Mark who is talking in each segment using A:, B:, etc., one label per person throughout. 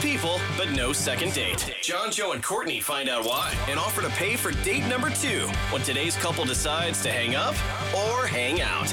A: people, but no second date. John, Joe, and Courtney find out why and offer to pay for date number two when today's couple decides to hang up or hang out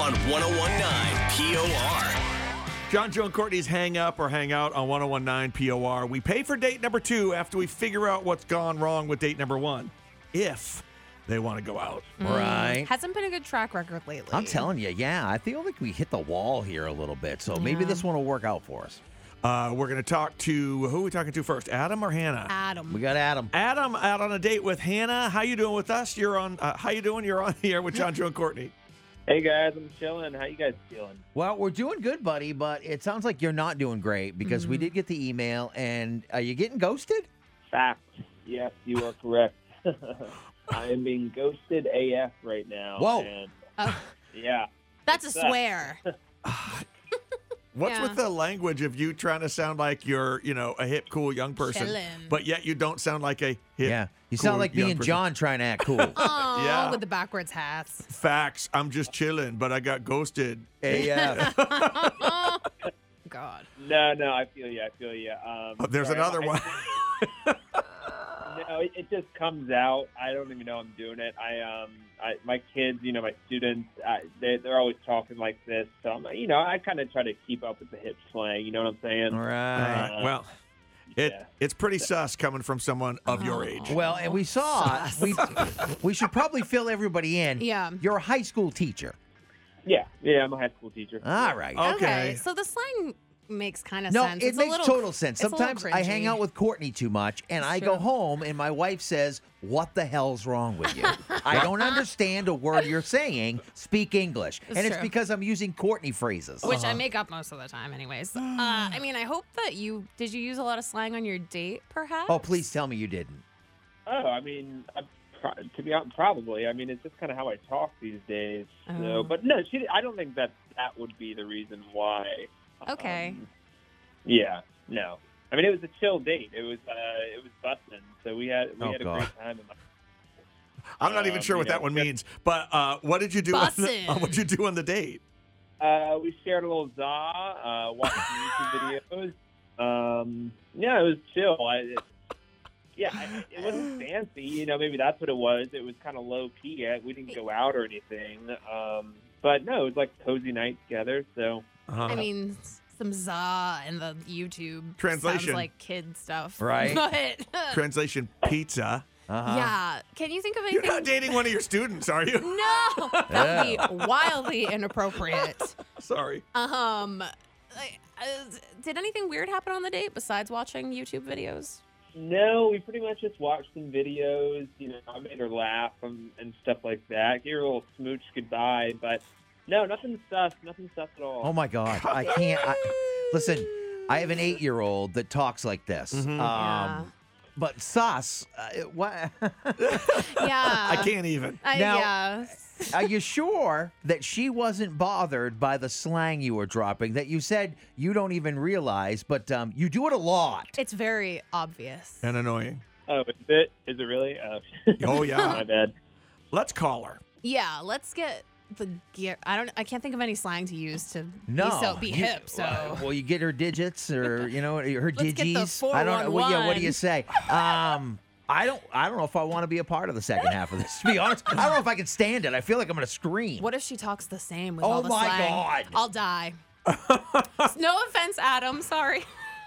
A: on 1019 POR.
B: John, Joe, and Courtney's Hang Up or Hang Out on 1019 POR. We pay for date number two after we figure out what's gone wrong with date number one, if they want to go out.
C: Mm.
D: Mm-hmm. Right.
C: Hasn't been a good track record lately.
D: I'm telling you, yeah, I feel like we hit the wall here a little bit. So maybe this one will work out for us.
B: Uh, we're going to talk to who are we talking to first, Adam or Hannah?
C: Adam.
D: We got Adam.
B: Adam out on a date with Hannah. How you doing with us? You're on. Uh, how you doing? You're on here with John, Joe, and Courtney.
E: Hey guys, I'm chilling. How you guys feeling?
D: Well, we're doing good, buddy, but it sounds like you're not doing great because we did get the email. And are you getting ghosted?
E: Fact. Yes, you are correct. I am being ghosted AF right now.
D: Whoa.
E: And
C: Oh,
E: yeah.
C: that's a
E: What's that?
C: swear.
B: What's
C: Yeah.
B: with the language of you trying to sound like you're, you know, a hip, cool young person,
C: Chillin'.
B: but yet you don't sound like a hip?
D: Yeah. You sound
B: cool
D: like
B: young
D: me and
B: person.
D: John trying to act cool.
C: Oh,
B: Yeah.
C: with the backwards hats.
B: Facts. I'm just chilling, but I got ghosted.
D: AF.
C: God.
E: No, no, I feel you. I feel you. Um,
B: Oh, there's
E: sorry,
B: another
E: I-
B: one.
E: No, it, it just comes out. I don't even know I'm doing it. I um, I, my kids, you know, my students, I, they they're always talking like this. So I'm, you know, I kind of try to keep up with the hip slang. You know what I'm saying?
D: All right.
B: Uh, well, it
E: Yeah.
B: it's pretty sus coming from someone of your age.
D: Well, and we saw we we should probably fill everybody in.
C: Yeah.
D: You're a high school teacher.
E: Yeah, yeah. I'm a high school teacher.
D: All right.
B: Okay.
C: So the slang makes kind of
D: No,
C: sense.
D: it
C: It's a
D: makes
C: little-
D: total
C: it's
D: sense.
C: a little
D: Sometimes I hang
C: cringy.
D: out with Courtney too much, and I go
C: true.
D: home, and my wife says, "What the hell's wrong with you? I don't understand a word you're saying. Speak English."
C: It's
D: and it's
C: true.
D: because I'm using Courtney phrases.
C: Which I make up most of the time, anyways. Uh, I mean, I hope that you did. You use a lot of slang on your date, perhaps.
D: oh, please tell me you didn't.
E: Oh, I mean, I, pro- to be honest, probably. I mean, it's just kind of how I talk these days.
C: Oh.
E: So, but no, she. I don't think that that would be the reason why.
C: Okay.
E: Um, yeah. No. I mean, it was a chill date. It was. Uh, it was busting. So we had we
D: Oh,
E: had a
D: God.
E: great time. In my-
B: I'm not even
E: Um,
B: sure what
E: you know,
B: that one means. But uh, what did you do? On the,
C: Bussin'.
B: uh, what did you do on the date?
E: uh, we shared a little za. Uh, watched YouTube videos. Um, yeah, it was chill. I. It, yeah, I, it wasn't fancy, you know. Maybe that's what it was. It was kind of low key. I- We didn't go out or anything, um, but no, it was like cozy night together. So
B: Uh-huh.
C: I mean, s- some za and the YouTube
B: Translation.
C: sounds like kid stuff,
D: Right.
C: But
B: Translation: Pizza.
D: Uh-huh.
C: yeah, can you think of
B: You're
C: anything?
B: not dating one of your students, are you?
C: no, that would be wildly inappropriate.
B: Sorry.
C: Um, I- I- did anything weird happen on the date besides watching YouTube videos?
E: No, we pretty much just watched some videos. You know, I made her laugh and, and stuff like that. Gave her a little smooch goodbye, but no, nothing sus, nothing sus at all.
D: Oh my God, I can't. I, listen, I have an eight-year-old that talks like this.
B: Mhm.
C: Mm-hmm.
D: Um,
C: Yeah.
D: But sus, uh, what?
C: yeah.
B: I can't even.
C: I,
D: Now-
C: yeah.
D: Are you sure that she wasn't bothered by the slang you were dropping that you said you don't even realize, but um, you do it a lot?
C: It's very obvious.
B: And annoying.
E: Oh, is it? Is it really? Oh,
B: Oh
E: my
B: yeah.
E: bad.
B: Let's call her.
C: Yeah, let's get the gear. I don't. I can't think of any slang to use to be, so, be
D: you-
C: hip. So
D: Well, you get her digits, or you know, her
C: Let's get the
D: digis. I don't know. Well, yeah, what do you
C: 411.
D: say? Um, I don't. I don't know if I want to be a part of the second half of this. To be honest, I don't know if I can stand it. I feel like I'm going to scream.
C: what if she talks the same with
D: Oh
C: all the
D: my
C: slang?
D: God.
C: I'll die. no offense, Adam. Sorry.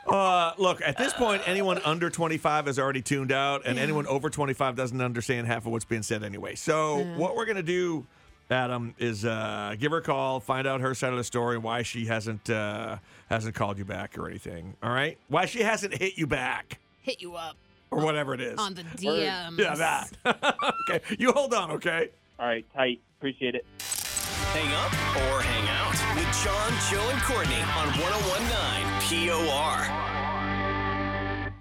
B: Uh, look, at this point, anyone under 25 is already tuned out, and anyone over 25 doesn't understand half of what's being said anyway. So, what we're going to do, Adam, is uh, give her a call, find out her side of the story, why she hasn't uh, hasn't called you back or anything. All right, why she hasn't hit you back
C: Hit you up
B: or whatever it is.
C: on the DMs.
B: yeah, that. okay, you hold on. Okay.
E: All right, tight. Appreciate it.
A: Hang up oh or hang out with John, Joe, and Courtney on 1019 POR.